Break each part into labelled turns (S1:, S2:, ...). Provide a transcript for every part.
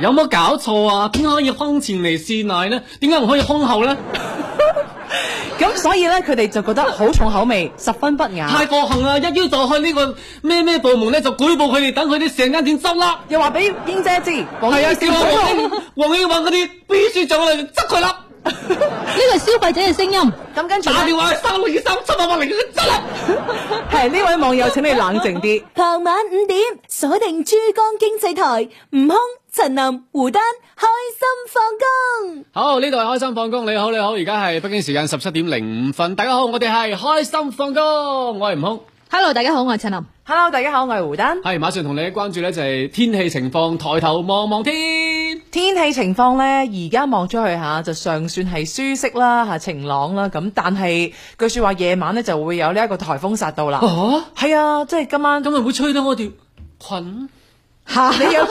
S1: 有冇搞錯啊？點解可以胸前嚟試奶呢？點解唔可以胸後呢？
S2: 咁所以咧，佢哋就覺得好重口味，十分不雅。
S1: 太過分啦！一於就去呢個咩咩部門呢，就舉報佢哋，等佢哋成間店執笠。
S2: 又話俾英姐知，
S1: 係啊，
S2: 英姐
S1: 叫阿黃英黃英揾嗰啲秘書長嚟執佢笠，
S3: 呢個係消費者嘅聲音。
S2: 咁跟住
S1: 打電
S2: 咧，
S1: 話去三六二三七八八零執笠。
S2: 係呢位網友，請你冷靜啲。
S4: 傍晚五點鎖定珠江經濟台，悟空、陳林、胡丹，開心放工。
S1: 好，呢度係開心放工，你好你好，而家係北京時間十七點零五分，大家好，我哋係開心放工，我係悟空。
S3: Hello，大家好，我係陳林。
S2: Hello，大家好，我係胡丹。
S1: 係馬上同你關注呢，就係天氣情況，抬頭望望天。
S2: 天氣情況呢，而家望出去下就尚算係舒適啦，嚇晴朗啦。咁但係據說話夜晚呢就會有呢一個颱風殺到啦。
S1: 啊，
S2: 係啊，即係今晚
S1: 今日會吹到我條裙？
S2: 你有着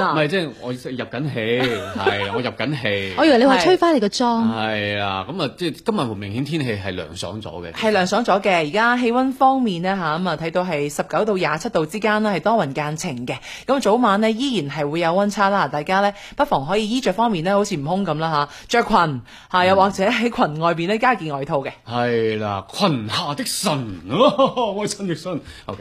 S1: 唔
S2: 啊？
S1: 係，即係我入緊戲，係我入緊戲。
S3: 我以為你話
S2: 係
S3: 吹翻你個妝，
S1: 係啊，咁啊，即係今日明顯天氣係涼爽咗嘅。
S2: 係涼爽咗嘅，而家氣温方面呢，嚇咁啊，睇到係十九到廿七度之間啦，係多雲間晴嘅。咁啊早晚呢，依然係會有温差啦，大家呢，不妨可以衣着方面呢，好似悟空咁啦嚇，着裙
S1: 嗯
S2: 嚇，又或者喺裙外邊呢，加件外套嘅。
S1: 係啦，裙下的神， 我係陳奕迅。OK，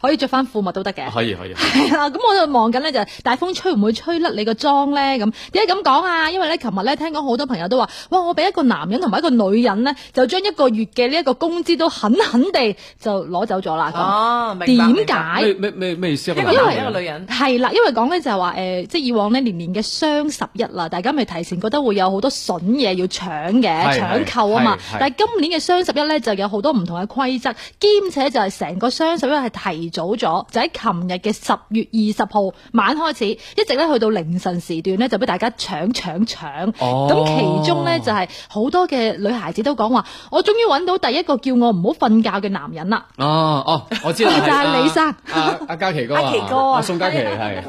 S3: 可以着翻褲襪都得嘅。
S1: 可以可以。
S3: 係啦，咁我就望緊咧，就係大風吹唔會吹甩你個妝咧？咁點解咁講啊？因為咧，琴日咧聽講好多朋友都話，哇！我俾一個男人同埋一個女人咧，就將一個月嘅呢一個工資都狠狠地就攞走咗啦。咁
S1: 啊
S2: 哦，明白。
S3: 點
S2: 明白
S3: 解
S1: 咩？咩咩咩意思啊？
S2: 一個
S3: 因
S2: 男
S3: 為
S2: 人一個女人。
S3: 係啦，因為講咧就係話誒，即係以往呢年年嘅雙十一啦，大家咪提前覺得會有好多筍嘢要搶嘅，
S1: 係
S3: 搶購啊嘛
S1: 係係。
S3: 但係今年嘅雙十一咧就有好多唔同嘅規則，兼且就係成個雙十一係提早咗，就喺琴日嘅十月二十號晚開始，一直咧去到凌晨時段咧就俾大家搶搶搶。
S1: 哦
S3: 咁其中咧就係好多嘅女孩子都講話，我終於揾到第一個叫我唔好瞓覺嘅男人啦。
S1: 哦哦，我知啦，
S3: 就係李生
S1: 阿阿嘉琪哥
S2: 阿琪哥啊
S1: 阿宋嘉琪係。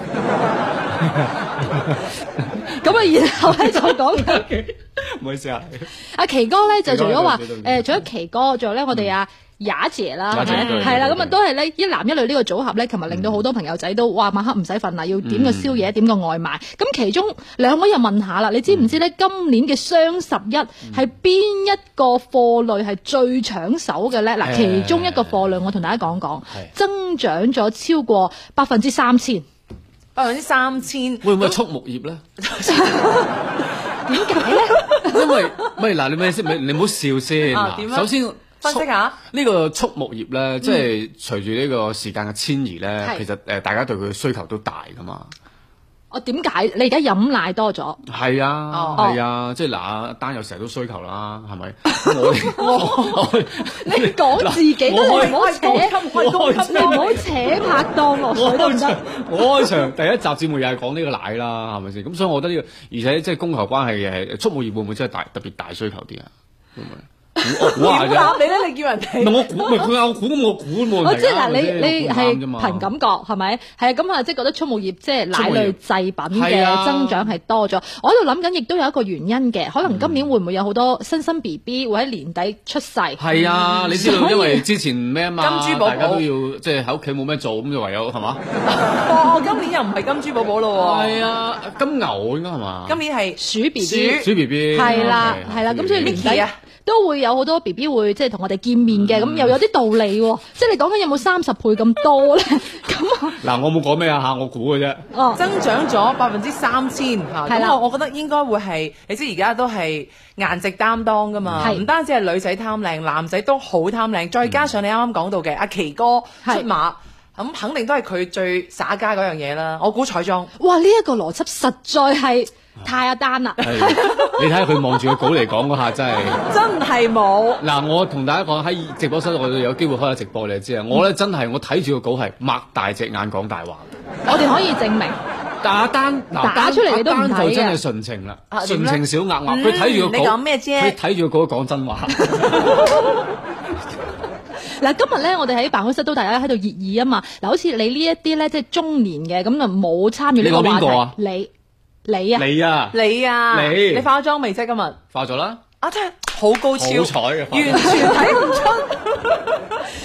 S3: 咁啊，然後咧就講緊。
S1: 唔好意思啊，
S3: 阿奇哥咧就除咗話
S1: 奇哥喺度
S3: 誒，除咗奇哥，仲有咧我哋阿雅姐啦，
S1: 嗯雅姐
S3: 係咪
S1: 對
S3: 係啦，
S1: 對
S3: 咁
S1: 對
S3: 啊都係咧一男一女呢個組合咧，琴日令到好多朋友仔都哇晚黑唔使瞓啦，要點個宵夜，點個外
S1: 嗯
S3: 賣。咁其中兩位又問下啦，你知唔知咧今年嘅雙十一
S1: 嗯
S3: 係邊一個貨類係最搶手嘅咧？嗱，
S1: 誒
S3: 其中一個貨類我同大家講講
S1: 係，
S3: 增長咗超過百分之三千，
S2: 百分之三千。
S1: 會唔會係畜牧業咧？
S3: 點解咧？
S1: 因為喂嗱，你咪先，咪你唔好笑先
S2: 啊點
S1: 嗱。
S2: 啊
S1: 首先
S2: 分析下
S1: 畜呢個畜牧業咧，即係隨住呢個時間嘅遷移咧，
S3: 係
S1: 其實誒大家對佢嘅需求都大噶嘛。
S3: 我點解你而家飲奶多咗？
S1: 係啊，
S2: 哦
S1: 係啊，即係嗱，阿丹又成日都需求啦，係咪？我哋我
S3: 你講自己都
S1: 我
S3: 你
S1: 開
S3: 唔好扯，
S2: 我開我開
S3: 你唔好扯拍檔落
S1: 我
S3: 水得唔
S1: 開場
S3: 得？，
S1: 我開場第一集節目又係講呢個奶啦，係咪先？咁所以我覺得呢、個，而且即係供求關係嘅，畜牧業會唔會真係大特別大需求啲啊？會唔會？估我估下
S2: 點答
S1: 啫。
S2: 你咧？你叫人
S1: 唔係
S2: 哋
S1: 我估，唔係佢有估，咁我估冇
S3: 我
S1: 問題
S3: 知
S1: 啊。
S3: 哦嗱，你
S1: 係咪先我
S3: 你係
S1: 估啱啫嘛
S3: 憑感覺係咪？係啊，咁啊，即係覺得畜牧業即係奶類製品
S1: 畜牧業係啊
S3: 嘅增長係多咗。我喺度諗緊，亦都有一個原因嘅，可能今年會唔會有好多新生 B B 會喺年底出世？
S1: 係啊，你知道
S3: 嗯所以
S1: 因為之前咩啊嘛，
S2: 金豬寶寶
S1: 大家都要即係喺屋企冇咩做，咁就唯有係嘛？
S2: 哦，今年又唔係金豬寶寶咯喎，
S1: 係啊，金牛應該係嘛？
S2: 今年係
S3: 鼠 B B
S1: 鼠 B B 哦
S3: 係啦係啦，咁所以年
S2: Mickey
S3: 底
S2: 啊
S3: 都會有好多 B B 會即係同我哋見面嘅，咁又有啲道理喎。即係你講緊有冇三十倍咁多咧？咁啊
S1: 嗱，我冇講咩啊嚇，我估嘅啫。
S3: 哦。
S2: 增長咗百分之三千嚇，
S3: 係
S2: 咁
S3: 啦
S2: 我我覺得應該會係，你知而家都係顏值擔當噶嘛，
S3: 係
S2: 唔單止係女嗯仔貪靚，男仔都好貪靚，再加上你啱啱講到嘅阿奇哥出
S3: 係
S2: 馬，咁肯定都係佢最耍家嗰樣嘢啦。我估彩妝
S3: 哇！呢、一個邏輯實在係太阿丹啦，
S1: 係 你睇下佢望住個稿嚟講嗰下真係。
S2: 真係冇，
S1: 嗱，我同大家講喺直播室，我有機會開下直播，你就知啊！我咧真係我睇住個稿係擘大隻眼講大話嘅。
S3: 我哋可以證明。
S1: 打單嗱
S3: 打出嚟你都唔
S1: 單
S3: 睇
S1: 就真
S3: 嘅
S1: 係純情啦，
S2: 啊點
S1: 純
S2: 咧
S1: 情小額額。
S2: 嗯
S1: 佢睇住個稿，
S2: 你講咩啫
S1: 佢睇住個稿講真 話。
S3: 嗱，今日咧我哋喺辦公室都大家喺度熱議啊嘛。嗱，好似你呢一啲咧，即係中年嘅咁就冇參與呢個
S1: 你講邊個啊
S3: 話題。你你啊，
S1: 你啊，
S2: 你啊，
S1: 你
S2: 你化咗妝未啫今日？
S1: 化咗啦，
S2: 啊，真係好高超，
S1: 好彩嘅發明
S2: 完全睇唔出。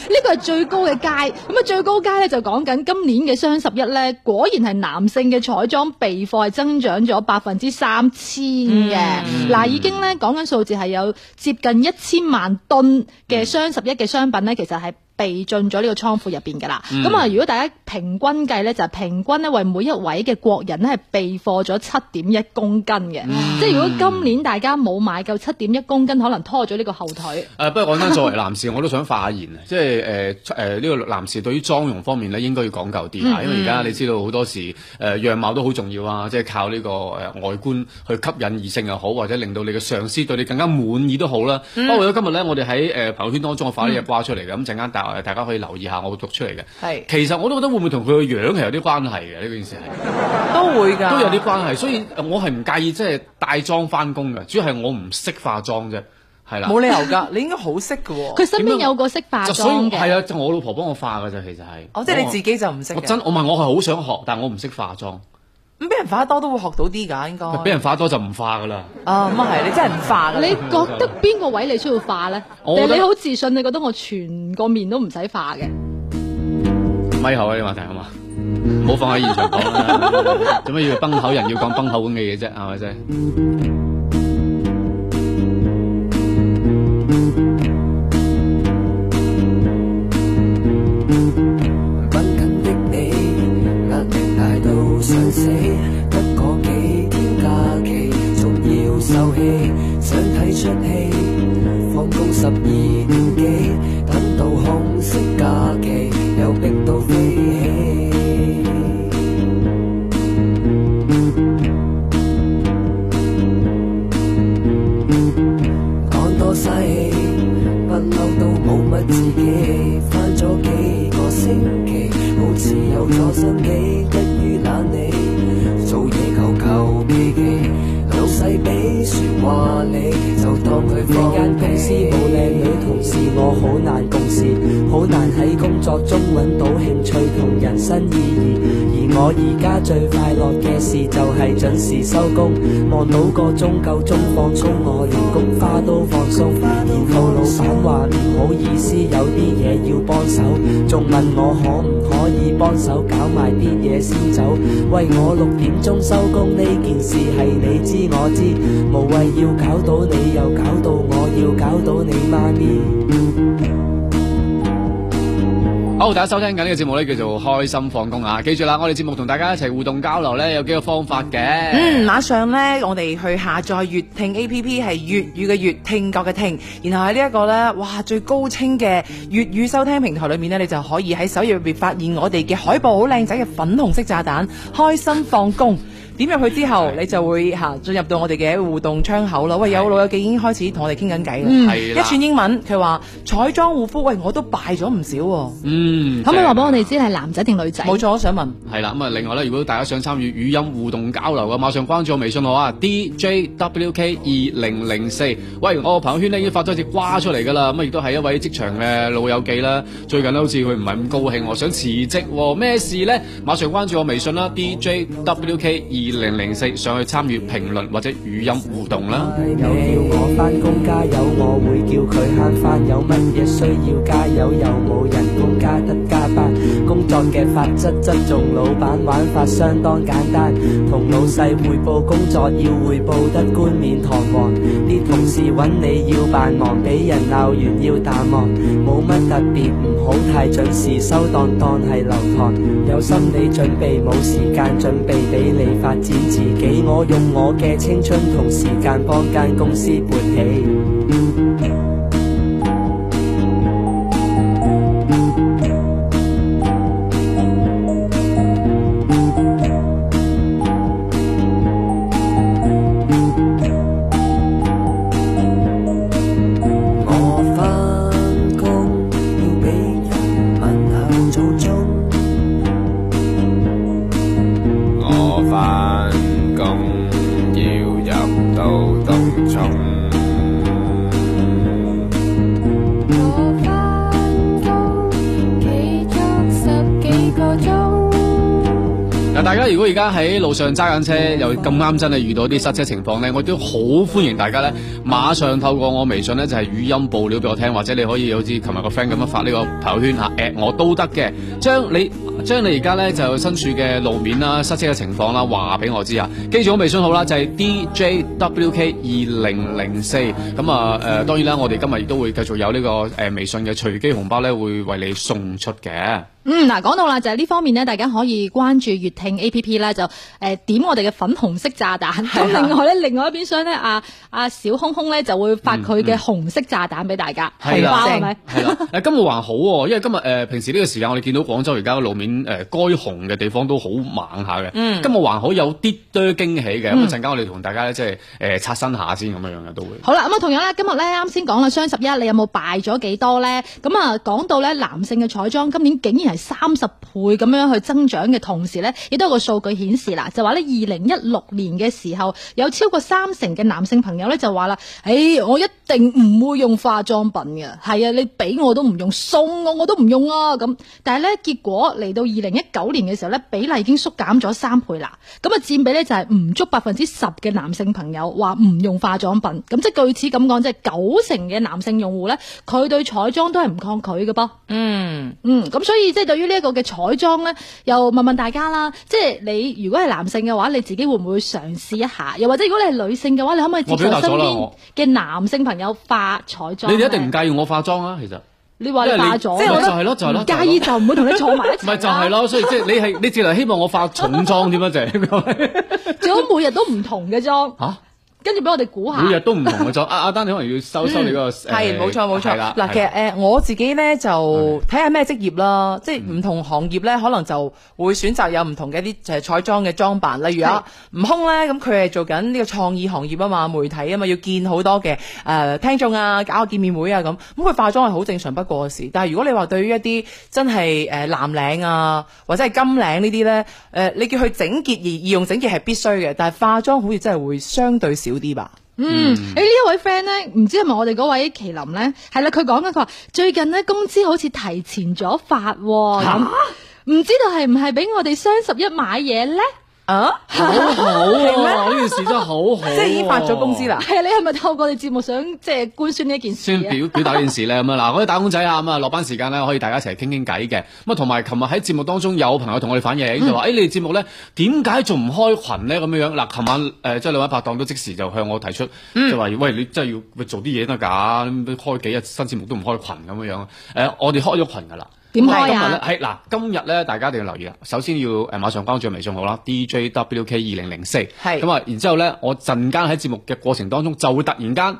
S3: 呢個係最高嘅階，咁啊最高階咧就講緊今年嘅雙十一咧，果然係男性嘅彩妝備貨係增長咗百分之三千嘅，
S1: 嗯
S3: 嗱、已經咧講緊數字係有接近一千萬噸
S1: 嗯
S3: 嘅雙十一嘅商品咧，其實係。備進咗呢個倉庫入邊㗎啦，
S1: 嗯
S3: 咁啊、如果大家平均計咧，就係、平均咧為每一位嘅國人咧係備貨咗七點一公斤嘅，
S1: 嗯
S3: 即係如果今年大家冇買夠七點一公斤，可能拖咗呢個後腿。
S1: 誒、不過講真，作為男士，我都想發言啊，即係誒誒呢個男士對於妝容方面咧，應該要講究啲啊，
S2: 嗯
S1: 因為而家你知道好多時誒、呃、樣貌都好重要啊，即係靠呢、個誒、呃外觀去吸引異性又好，或者令到你嘅上司對你更加滿意都好啦。
S2: 嗯
S1: 不過今日咧，我哋喺誒朋友圈當中我發呢隻瓜出嚟嘅，咁陣間大大家可以留意下，我會讀出嚟嘅。
S2: 係
S1: 其實我都覺得會唔會同佢個樣係有啲關係嘅呢件事係。
S2: 啊都會㗎，
S1: 都有啲關係，所以呃我係唔介意即係帶妝翻工嘅，主要係我唔識化妝啫，係啦。
S2: 冇理由㗎，你應該好識㗎喎。
S3: 佢身邊有個識化
S1: 就所以係
S3: 妝嘅，
S1: 啊，就我老婆幫我化嘅啫，其實係。
S2: 哦，即係你自己就唔識
S1: 我。
S2: 嘅
S1: 我真我問我係好想學，但我唔識化妝，
S3: 哦
S2: 咁俾人化得多都會學到啲㗎，應該。
S1: 俾人化多就唔化㗎啦。
S2: 啊，咁啊係，你真係唔化㗎。
S3: 你覺得邊個位你需要化呢？
S1: 我
S3: 定係
S1: 覺得嗯
S3: 你好自信，你覺得我全個面都唔使化嘅？
S1: 咪後啊，呢個話題好嘛？唔好放喺現場講啦， 做咩要崩口人要講崩口咁嘅嘢啫？係咪先？
S5: 不緊的你，壓力大到想死，得嗰幾天假期，仲要受氣，想睇出戲，放工十二點幾，等到空色假期，又逼到飛起。講多嘥氣，不嬲都冇乜自己。翻咗幾個星期，好似有咗新機，一於懶你，做嘢求求其其。老細俾説話你，就當佢放
S6: 間公司冇靚女同事，我好難共事，好難喺工作中揾到興趣同人生意義。而我而家最快樂嘅事就係準時收工，望到個鐘夠鐘放鬆，我連菊花都放鬆。然後老闆話唔好意思，有啲嘢要幫手，仲問我可唔可以幫手搞埋啲嘢先走。喂，我六點鐘收工呢件事係你知我知，無謂要搞到你又搞到我，要搞到你媽咪。
S1: 好，大家收聽緊呢個節目咧，叫做開心放工啊！記住啦，我哋節目同大家一齊互動交流咧，有幾個方法嘅。
S2: 嗯，馬上咧，我哋去下載粵聽 A P P，係粵語嘅粵聽覺嘅聽，然後喺呢一個咧，哇最高清嘅粵語收聽平台裏面咧，你就可以喺首頁入邊發現我哋嘅海報好靚仔嘅粉紅色炸彈，開心放工。點入去之後，你就會嚇進入到我哋嘅互動窗口啦。喂，有老有記已經開始同我哋傾緊偈啦。
S1: 係
S2: 一
S1: 啦，
S2: 串英文，佢話彩妝護膚，喂我都敗咗唔少喎。
S1: 嗯，
S3: 可唔可以話俾我
S1: 正啊
S3: 哋知係男仔定女仔？
S2: 冇錯，我想問。
S1: 係啦，咁啊，另外咧，如果大家想參與語音互動交流嘅，馬上關注我微信號啊，DJWK 二零零四。喂，我朋友圈咧已經發咗只瓜出嚟㗎啦，咁啊，亦都係一位職場嘅老友記啦。最近咧好似佢唔係咁高興喎，想辭職喎，咩事呢？馬上關注我微信啦，DJWK 二零零四，上去參與評論或者語音互動啦。
S6: 有叫我返工加油，我會叫佢慳翻。有乜嘢需要加油，又冇人工加得加班。工作嘅法則側重老闆玩法相當簡單，同老細匯報工作要匯報得冠冕堂皇。啲同事揾你要扮忙，俾人鬧完要淡忘，冇乜特別，唔好太準時收檔，當係留堂。有心理準備，冇時間準備俾你發展自己。我用我嘅青春同時間幫間公司勃起。
S5: 我返工要俾人問候做鐘。
S7: 我返工要入到洞中。
S1: 而家喺路上揸緊車，又咁啱真係遇到啲塞車情況咧，我都好歡迎大家咧，馬上透過我微信咧就係、語音報料俾我聽，或者你可以好似琴日個 friend 咁樣發呢個朋友圈嚇 at 我都得嘅。將你將你而家咧就身處嘅路面啦、塞車嘅情況啦，話俾我知啊！記住我微信號啦，就係、DJWK 二零零四。咁啊誒，當然啦，我哋今日亦都會繼續有呢、個誒、微信嘅隨機紅包咧，會為你送出嘅。
S3: 嗯，嗱，講到啦，就係呢方面咧，大家可以關注粵聽 A P P 啦，就誒、呃、點我哋嘅粉紅色炸彈。咁
S1: 啊
S3: 另外咧，另外一邊廂咧，阿阿小空空咧就會發佢嘅紅色炸彈俾大家，
S1: 嗯係啦
S3: 包係咪？
S1: 係啦， 誒今日還好喎、因為今日誒、呃平時呢個時間，我哋見到廣州而家嘅路面誒、呃、該紅嘅地方都好猛下嘅。
S2: 嗯
S1: 今日還好有啲多驚喜嘅，咁一陣間我哋同大家咧即係誒刷新下先咁樣樣嘅都會。
S3: 好啦，咁啊，同樣啦，今日咧啱先講啦，雙十一你有冇敗咗幾多咧？咁啊，講到咧男性嘅彩妝今年竟然係三十倍咁樣去增長嘅同時咧，亦都有個數據顯示啦，就話咧二零一六年嘅時候，有超過三成嘅男性朋友咧就話啦，誒、我一定唔會用化妝品嘅，係啊，你俾我都唔用，送我我都唔用啊咁。但係咧，結果嚟到二零一九年嘅時候咧，比例已經縮減咗三倍啦。咁啊，佔比咧就係唔足百分之十嘅男性朋友話唔用化妝品。咁即係據此咁講，即係九成嘅男性用戶咧，佢對彩妝都係唔抗拒嘅噃。
S2: 嗯，
S3: 嗯，咁所以即係對於呢一個嘅彩妝咧，又問問大家啦，即係你如果係男性嘅話，你自己會唔會嘗試一下？又或者如果你係女性嘅話，你可唔可以接
S1: 我表
S3: 受
S1: 達
S3: 身
S1: 咗啦
S3: 邊
S1: 我
S3: 嘅男性朋友化彩妝
S1: 你
S3: 呢？
S1: 哋一定唔介意我化妝啊？ 其實
S3: 你話你化咗，
S1: 因為你即係我覺得就
S3: 係
S1: 係咯就係咯
S3: 唔介意就唔會同你坐埋一 齊。
S1: 咪就係，咯，所以即係你係你直頭希望我化重妝點樣 就係咁樣
S3: 最好每日都唔同嘅妝，
S1: 嚇，
S3: 跟住俾我哋估下。
S1: 每日都唔同嘅妝。阿阿丹你可能要收收你嗰個誒
S2: 嗯係冇錯
S1: 係
S2: 冇錯。
S1: 啦嗯
S2: 嗱，其實誒我自己咧就睇下咩職業啦，即係唔同行業咧，可能就會選擇有唔同嘅一啲誒彩妝嘅裝扮。例如啊，悟空咧，咁佢係做緊呢個創意行業啊嘛，媒體啊嘛，要見好多嘅誒聽眾啊，搞個見面會啊咁。咁佢化妝係好正常不過嘅事。但係如果你話對於一啲真係誒藍領啊，或者係金領呢啲咧，誒你叫佢整潔而易用整潔係必須嘅，但係化妝好似真係會相對少啲吧。
S3: 嗯，誒呢一位 friend 咧，唔知係咪我哋嗰位麒麟咧？係啦，佢講緊佢話最近咧工資好似提前咗發喎，咁唔知道係唔係俾我哋雙十一買嘢咧？
S2: 啊？
S1: 好好啊！呢件事真係好好，
S2: 即係已經發咗工資啦。
S3: 係啊，你係咪透過我哋節目想即係官宣呢一件事
S1: 先
S3: 啊？
S1: 表表達呢件事咧咁 啊嗱，我啲打工仔啊咁啊，落班時間咧可以大家一齊傾傾偈嘅。咁啊，同埋琴日喺節目當中有朋友同我哋反映，
S3: 嗯
S1: 就話：，誒、哎你哋節目咧點解仲唔開群咧？咁樣樣嗱，琴晚誒、呃即係兩位拍檔都即時就向我提出，
S3: 嗯
S1: 就話：，喂，你真係要喂做啲嘢得㗎，咁開幾日新節目都唔開群咁樣樣。誒、呃我哋開咗群㗎啦。
S3: 點開啊
S1: 今日咧係嗱，今日咧大家一定要留意啦。首先要誒馬上關注微信號啦，DJWK 二零零四。
S2: 係
S1: 咁啊，然之後咧，我陣間喺節目嘅過程當中就會突然間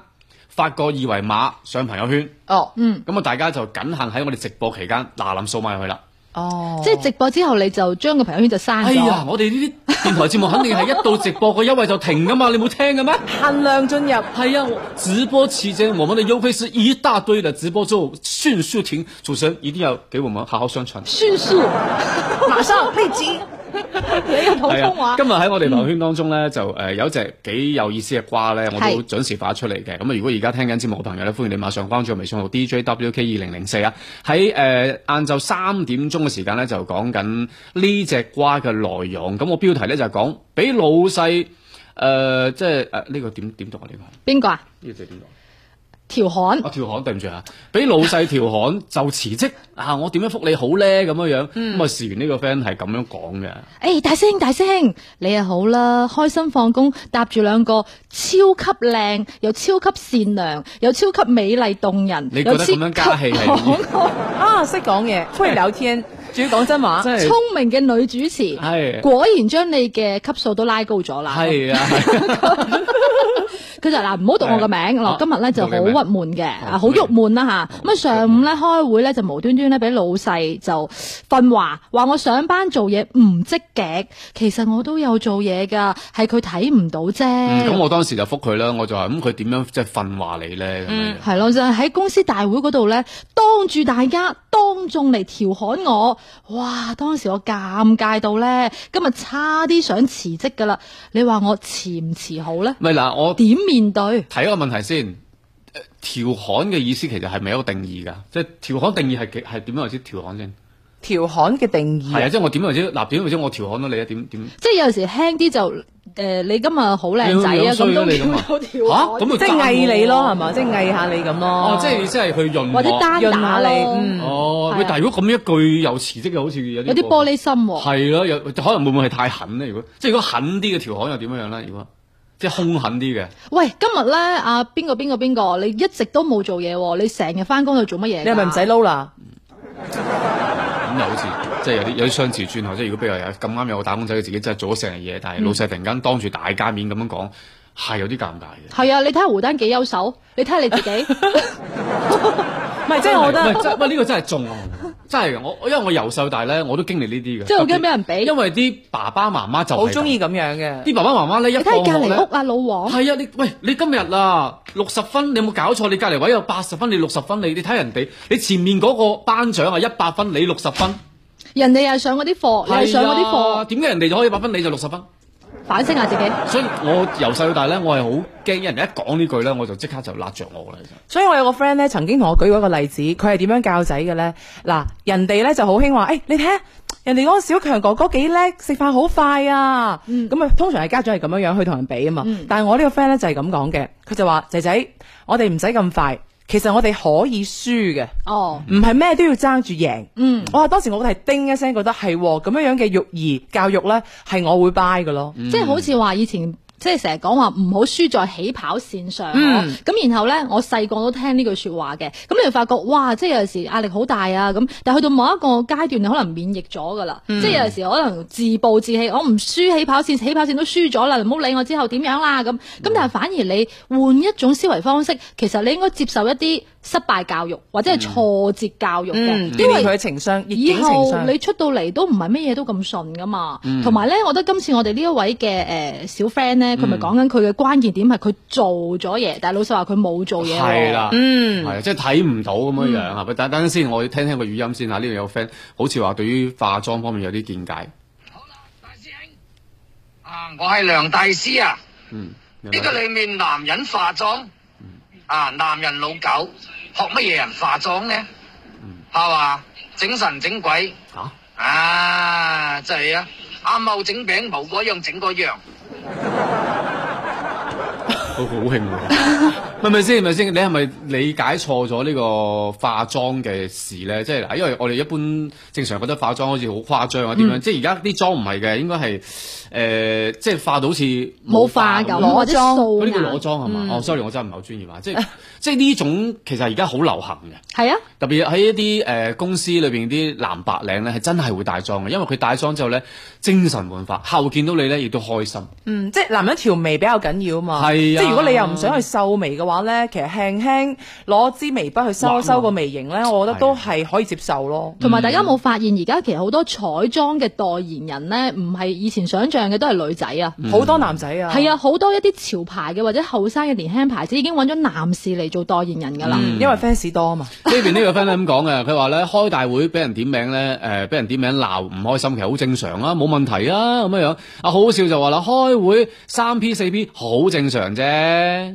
S1: 發個二維碼上朋友圈，
S2: 哦，
S3: 嗯，
S1: 咁啊大家就僅限喺我哋直播期間嗱臨掃埋入去啦。
S2: 哦，
S3: 即係直播之後你就將個朋友圈就刪
S1: 哎呀，
S3: 咗。
S1: 我哋呢啲電台節目肯定係一到直播個優惠就停噶嘛，你冇聽嘅咩？
S2: 限量進入。
S1: 係啊，我直播期間我們的優惠是一大堆的，直播之後迅速停。主持人一定要給我們好好宣傳。
S3: 迅速，馬上立 即，你嘅普
S1: 係
S3: 通話
S1: 啊，今。日喺我哋朋友圈當中咧，就誒有一隻幾有意思嘅瓜咧，我都
S3: 係
S1: 準時發出嚟嘅。咁啊，如果而家聽緊節目嘅朋友咧，歡迎你馬上關注微信號 DJWK 二零零四啊。喺誒晏晝三點鐘嘅時間咧，就講緊呢隻瓜嘅內容。咁我標題咧就係講俾老細誒、呃即係誒呢個點點讀啊？呢、個
S3: 邊個啊？
S1: 呢、個字點讀啊？
S3: 調侃
S1: 啊，。調侃對唔住啊，俾老細調侃就辭職啊！我點樣覆你好咧？咁樣樣咁啊，事完呢個 friend 係咁樣講嘅。
S3: 诶、哎大聲大聲，你又好啦，開心放工，搭住兩個超級靚又超級善良又超級美麗動人，
S1: 你覺得咁樣加戲係
S3: 又超級
S2: 啊，識講嘢，會聊 天，仲要講真話。
S1: 真係
S3: 聰明嘅女主持，
S1: 係
S3: 果然將你嘅級數都拉高咗啦。
S1: 係啊。
S3: 佢就嗱，唔好讀我個名。
S1: 啊
S3: 嗱，今日咧就好
S1: 讀你名哦
S3: 鬱悶嘅，啊好
S1: 讀你嗯
S3: 鬱悶啦吓。咁啊，上午咧開會咧就無端端咧俾老細就訓話，話我上班做嘢唔積極。其實我都有做嘢㗎，係佢睇唔到啫。
S1: 嗯咁我當時就覆佢啦，我就話咁佢點樣即係訓話你咧咁樣。
S3: 係咯，就係喺公司大會嗰度咧，當住大家當眾嚟調侃我，哇！當時我尷尬到咧，今日差啲想辭職噶啦。你話我辭唔辭好咧？
S1: 咪嗱，我
S3: 點面對？
S1: 睇一個問題先。呃調侃嘅意思其實係咪有一個定義㗎？即係調侃定義係幾係點樣為之調侃先？
S2: 調侃嘅定
S3: 嗯
S2: 義
S1: 係啊，
S2: 啊？
S1: 即係我點為之嗱？點為之我調侃到你啊？點點
S3: 即係有時輕啲就誒，你今日好靚仔
S1: 你
S3: 啊，
S1: 樣衰
S3: 咁
S1: 啊
S3: 都
S1: 你咁啊
S3: 叫做
S1: 嚇
S3: 調侃，
S1: 咁啊
S2: 即係藝你咯，係嘛？即係藝下你咁咯。
S1: 哦，即係即係去潤
S3: 或者
S1: 我
S3: 單
S2: 潤
S3: 打
S2: 下
S3: 咯
S2: 你，嗯
S1: 哦，
S3: 係
S1: 喂！
S3: 啊
S1: 但係如果咁一句又辭職，又好似有啲
S3: 有啲玻璃心喎。
S1: 係咯，有可能會唔會係太狠咧？如果即係如果狠啲嘅調侃又點樣樣咧？如果即係兇狠啲嘅，
S3: 喂，今日咧啊邊個邊個邊個，你一直都冇做嘢喎，你成日翻工喺度做乜嘢㗎？
S2: 你係咪唔使撈啦？
S1: 咁又啊好似即係有啲有啲相自尊即係如果譬如有咁啱有個打工仔，佢自己真係做咗成日嘢，
S3: 嗯
S1: 但係老細突然間當住大家面咁樣講，係有啲尷尬嘅。
S3: 係啊，你睇下胡丹幾優秀，你睇下你自 己，
S2: 唔係，即係我覺
S1: 唔
S2: 得
S1: 係真喂呢個真係中啊！真係嘅，我我因為我由細到大咧，我都經歷呢啲嘅。
S3: 即係好驚俾人比
S1: 因為啲爸爸媽媽就係
S2: 好
S1: 咁
S2: 中意咁樣嘅。
S1: 啲爸爸媽媽咧一
S3: 你
S1: 放
S3: 睇下
S1: 學
S3: 隔
S1: 咧
S3: 離屋啊老王，
S1: 係啊，你喂，你今日啊六十分，你有冇搞錯？你隔離位有八十分，你六十分，你你睇人哋，你前面嗰個班長啊一百分，你六十分，
S3: 人哋又係上嗰啲課，又係上嗰啲
S1: 係啊
S3: 課，
S1: 點解人哋就可以一百分，你就六十分？
S3: 反省下自己。
S1: 所以我由細到大咧，我係好驚人哋一講呢句咧，我就即刻就揦着我啦，其實。
S2: 所以我有個 friend 咧，曾經同我舉過一個例子，佢係點樣教仔嘅咧？嗱，人哋咧就好興話，誒、哎你睇下人哋嗰個小強哥哥幾叻，食飯好快啊！
S3: 嗯
S2: 咁啊、通常係家長係咁樣樣去同人比啊嘛。但係我呢個 friend 咧就係咁講嘅，佢就話：仔仔，我哋唔使咁快，其實我哋可以輸嘅。
S3: 哦，
S2: 唔係咩都要爭住贏。
S3: 嗯，
S2: 我話當時我係叮一聲，覺得係喎咁樣樣嘅育兒教育咧，係我會 buy 嘅咯。
S3: 即係好似話以前。即係成日講話唔好輸在起跑線上咯，咁、然後呢，我細個都聽呢句説話嘅，咁你就發覺哇，即係有時壓力好大啊咁，但係去到某一個階段，你可能免疫咗㗎啦，即係有時可能自暴自棄，我唔輸起跑線，起跑線都輸咗啦，唔好理我之後點樣啦咁，咁但係反而你換一種思維方式，其實你應該接受一啲失敗教育或者係挫折教育嘅，
S2: 嗯，
S3: 因
S2: 因為
S3: 為
S2: 佢嘅情商，逆
S3: 以
S2: 境情
S3: 後
S2: 商。
S3: 你出到嚟都唔係乜嘢都咁順噶嘛，同埋咧，我覺得今次我哋呢一位嘅誒、呃小 friend 咧，佢咪講緊佢嘅關鍵點係佢做咗嘢，但係老實話佢冇做嘢喎
S1: 係啦，嗯，係啊即係睇唔到咁樣樣係咪？等等陣先，我要聽聽個語音先啊嚇。呢度有 friend 好似話對於化妝方面有啲見解。
S7: 大師兄，
S8: À,
S7: 啊，我係梁大師啊！
S1: 嗯，有
S7: 呢個裏面男人化妝，啊，
S8: À,
S7: 男人老狗學乜嘢人化妝呢？係嘛，整神整鬼
S1: 嚇
S8: À,
S7: 啊，真係啊！阿茂整餅冇嗰樣整嗰樣，
S1: 好好興喎， 係咪先？係咪先？你係咪理解錯咗呢個化妝嘅事咧？即係嗱，因為我哋一般正常覺得化妝好似好誇張啊，點樣？
S3: 嗯
S1: 即係而家啲妝唔係嘅，應該係誒，即係化到好似
S3: 冇化咁，
S1: 咁
S3: 或者素
S2: 啊
S1: 嗰啲叫
S3: 顏
S1: 裸妝，係嘛？
S2: 嗯
S1: 哦，sorry，我真係唔係好專業啊！即係 即係呢種其實而家好流行嘅。
S3: 係啊，
S1: 特別喺一啲誒、呃公司裏邊啲藍白領咧，係真係會帶妝嘅，因為佢帶妝之後咧，精神煥發，客戶見到你咧亦都開 心。
S2: 嗯，即係男人條眉比較緊要啊嘛。
S1: 係啊
S2: 即係如果你又唔想去瘦眉嘅話咧，其實輕輕攞支眉筆去修一修個眉形咧，我覺得都係可以接受咯。
S3: 同埋大家有冇發現而家其實好多彩妝嘅代言人咧，唔係以前想象嘅都係女仔啊。
S1: 嗯
S2: 好多男仔啊，
S3: 係啊，好多一啲潮牌嘅或者後生嘅年輕牌子已經揾咗男士嚟做代言人㗎啦。
S1: 嗯
S2: 因為 fans 多啊嘛。
S1: 呢邊呢個 friend 咧咁講啊嘅，佢話咧開大會俾人點名咧，誒、俾人點名鬧唔開心，其實好正常啊，冇問題啊咁樣樣。啊好好笑就話啦，開會三 P 四 P 好正常啫，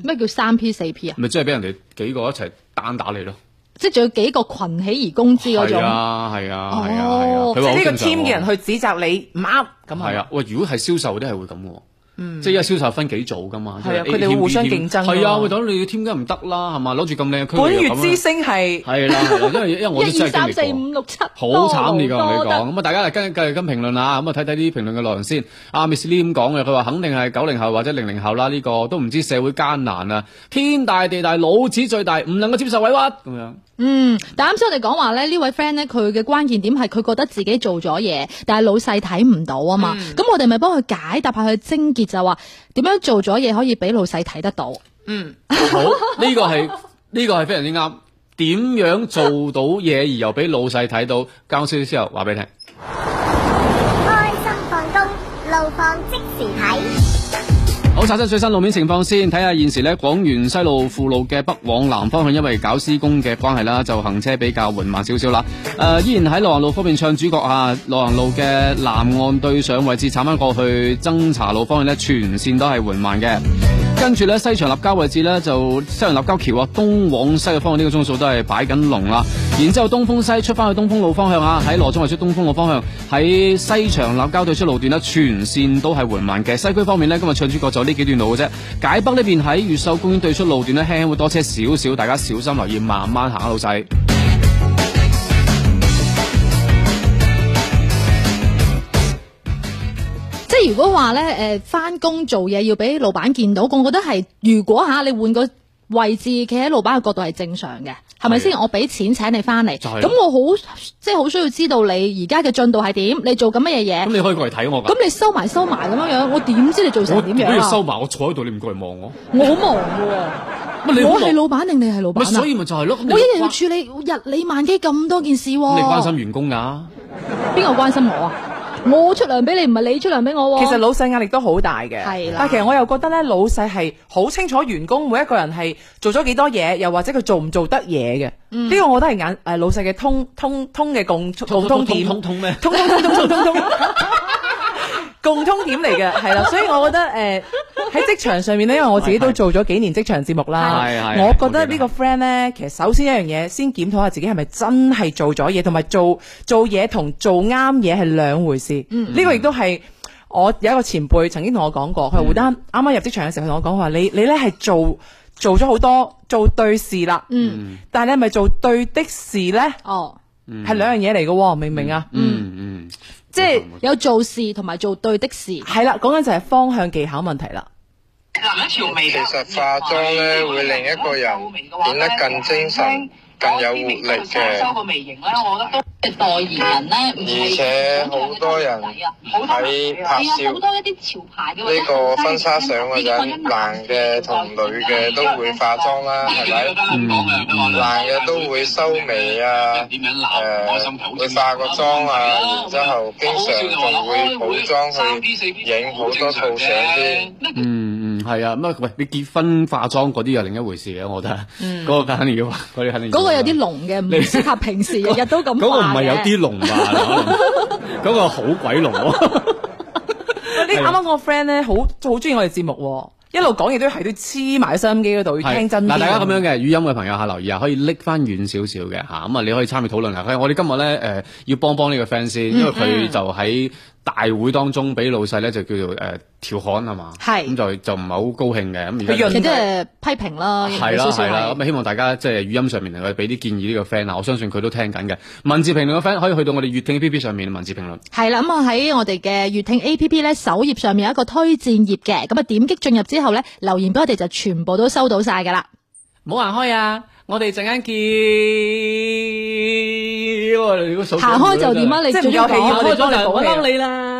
S3: 咩叫三 P 四 P 啊？
S1: 咪即係俾人哋幾個一齊單打你咯。
S3: 即係仲有幾個群起而攻之嗰種
S1: 係。啊係啊係啊係啊
S3: 哦，
S1: 佢
S2: 哦即
S1: 話好
S2: 係呢個
S1: 正常
S2: team 嘅
S1: 喎
S2: 人去指責你唔啱咁嗯
S1: 係啊，喂，如果係銷售啲係會咁嘅喎。即係因為銷售分幾組㗎嘛，
S2: 係啊
S1: 即係 A
S2: 佢哋會互相
S1: team B team
S2: 競爭㗎嘛
S1: 係啊，喂，等你要添加唔得啦，係嘛？攞住咁靚嘅區
S2: 本
S1: 域
S2: 月
S1: 又咁
S2: 之
S1: 樣
S2: 星係
S1: 係啦，係啦因為因為我都
S3: 一
S1: 真
S3: 二三
S1: 係
S3: 四
S1: 經歷過
S3: 五。六七，
S1: 好慘你咁同你講，咁啊大家嚟跟繼續跟評論啦，咁啊睇睇啲評論嘅內容先。阿 Miss Lee 咁講嘅，佢話肯定係九零後或者零零後啦，呢、個都唔知社會艱難啊，天大地大，老子最大，唔能夠接受委屈咁樣。
S3: 嗯，但啱先我哋講話咧，呢位 friend 咧，佢嘅關鍵點係佢覺得自己做咗嘢，但係老細睇唔到啊嘛。
S1: 嗯
S3: 咁、我哋咪幫佢解答下佢症結，就話點樣做咗嘢可以俾老細睇得到。
S1: 好，呢、個係呢、個係非常之啱。點樣做到嘢而又俾老細睇到？交消息之後話俾你聽。
S9: 开心放工，路況即時睇。
S1: 好，查詢最新路面情況先，睇下現時咧廣園西路附路嘅北往南方向，因為搞施工嘅關係啦，就行車比較緩慢少少啦。誒、依然喺路行路方面唱主角啊，路行路嘅南岸對上位置，慘翻過去增槎路方向咧，全線都係緩慢嘅。一跟住咧西場立交位置咧就西洋立交橋啊，東往西嘅方向呢個鐘數都係擺緊龍啦。然之後東風西出翻去東風路方向啊，喺羅中圍出東風路方向，喺西場立交對出路段呢，全線都係緩慢嘅。西區方面呢，今日唱主角就呢幾段路嘅啫。解北呢邊喺越秀公園對出路段呢，輕輕會多車少少，大家小心留意，慢慢行啊，老細。
S3: 即係如果話咧，诶、翻工做嘢要俾老闆見到，我覺得係如果吓你換個位置，企喺老闆嘅角度係正常嘅，係咪
S1: 係啊
S3: 先？我俾錢請你翻嚟，
S1: 就係
S3: 咁我好即係好需要知道你而家嘅進度係點，你做緊乜嘢
S1: 咁
S3: 嘢。
S1: 你可以過嚟睇我㗎。
S3: 咁你收埋收埋咁樣樣，我點知你做
S1: 我
S3: 成點
S1: 如
S3: 樣
S1: 果要收
S3: 啊？
S1: 埋，我坐喺度，你唔過嚟望我。
S3: 我好忙嘅
S1: 乜你
S3: 喎，
S1: 好
S3: 我係
S1: 忙
S3: 老闆定你係老
S1: 咪
S3: 闆
S1: 所以
S3: 啊？
S1: 咪就係咯。咁你
S3: 我一日要
S1: 關
S3: 處理日理萬機咁多件事喎、
S1: 咁你關心員工㗎。
S3: 邊個關心我啊？我出糧俾你，唔係你出糧俾我喎、嗯
S2: 其實老細壓力都好大嘅，
S3: 係啦
S2: 但其實我又覺得咧，老細係好清楚員工每一個人係做咗幾多嘢，又或者佢做唔做得嘢嘅。呢、
S3: 嗯
S2: 個我覺得係眼誒老細嘅通通通嘅共共通點，
S1: 通通咩？
S2: 通通通通通通通。共通點嚟嘅，係啦，所以我覺得誒喺職場上面咧，因為我自己都做咗幾年職場節目啦
S1: 係係，係
S2: 我覺得
S1: 我
S2: 呢
S1: 記
S2: 個
S1: 得
S2: friend 咧，其實首先一樣嘢，先檢討下自己係咪真係做咗嘢，同埋做做嘢同做啱嘢係兩回
S1: 嗯
S2: 事。呢個亦都係。我有一個前輩曾經同我講過，佢話
S1: 嗯
S2: 胡丹啱啱入職場嘅時候，佢同我講話你你咧係做做咗好多做對事啦，
S3: 嗯，
S2: 但係你係咪做對的事咧？
S3: 哦，
S1: 嗯
S2: 係兩樣嘢嚟嘅喎，明唔明啊？
S1: 嗯嗯，
S2: 即係
S3: 有做事同埋做對的事。
S2: 係啦，講緊就係方向技巧問題啦。
S8: 其實化妝咧會令一個人變得更精神、更有活力嘅，
S10: 代言人咧，唔
S8: 而且好多人喺拍
S10: 係有
S8: 攝
S10: 啊好多一啲潮牌嘅
S8: 呢個婚紗相嗰陣，
S10: 啊
S8: 男嘅同女嘅都會化妝啦，係咪？男嘅都會修眉啊，誒、會化個妝啊，然之後經常仲會補妝去影好多套相添。
S1: 嗯嗯，係啊，咁啊，喂，你結婚化妝嗰啲又另一回事嘅，我覺得，嗰個肯定要，嗰啲肯定要
S3: 嗯嗰個有啲濃嘅，唔
S1: 你
S3: 適合平時日日都咁
S1: 嗰個唔
S3: 化
S1: 係
S3: 嘅
S1: 有啲濃吧？ 可能嗰個好鬼濃喎，
S10: 嗯
S2: 呢啱啱嗰個 friend 咧，好好中意我哋節目喎，一路講嘢都係都黐埋收音機嗰度，要聽
S1: 係
S2: 真啲。
S1: 嗱，大家咁樣嘅語音嘅朋友下留意啊，可以拎翻遠少少嘅嚇，咁啊，你可以參與討論下。佢我哋今日咧誒要幫幫呢個 friend 先，因為
S3: 嗯
S1: 佢就喺大會當中俾老細咧就叫做誒調侃係嘛，
S3: 係
S1: 咁就就唔係好高興嘅，咁而
S2: 佢
S1: 家
S2: 潤
S3: 其實即係批評啦，
S1: 係
S3: 哦有
S1: 啦
S3: 少少
S1: 係啦，咁
S3: 係
S1: 啊希望大家即係語音上面能夠俾啲建議呢個 friend 啊，我相信佢都聽緊嘅。文字評論嘅 friend 可以去到我哋粵聽 A P P 上面文字評論。
S3: 係啦。咁啊喺我哋嘅粵聽 A P P 咧首頁上面有一個推薦頁嘅，咁啊點擊進入之後咧留言俾我哋就全部都收到晒㗎啦。
S2: 唔好行開啊！我哋陣間見。
S1: 咦，我哋如果數
S3: 行開就點啊？你
S2: 即係
S3: 最
S2: 唔
S3: 中
S2: 夠氣
S3: 意
S2: 我
S3: 講
S2: 哋幫你補氣啊
S3: 你啦。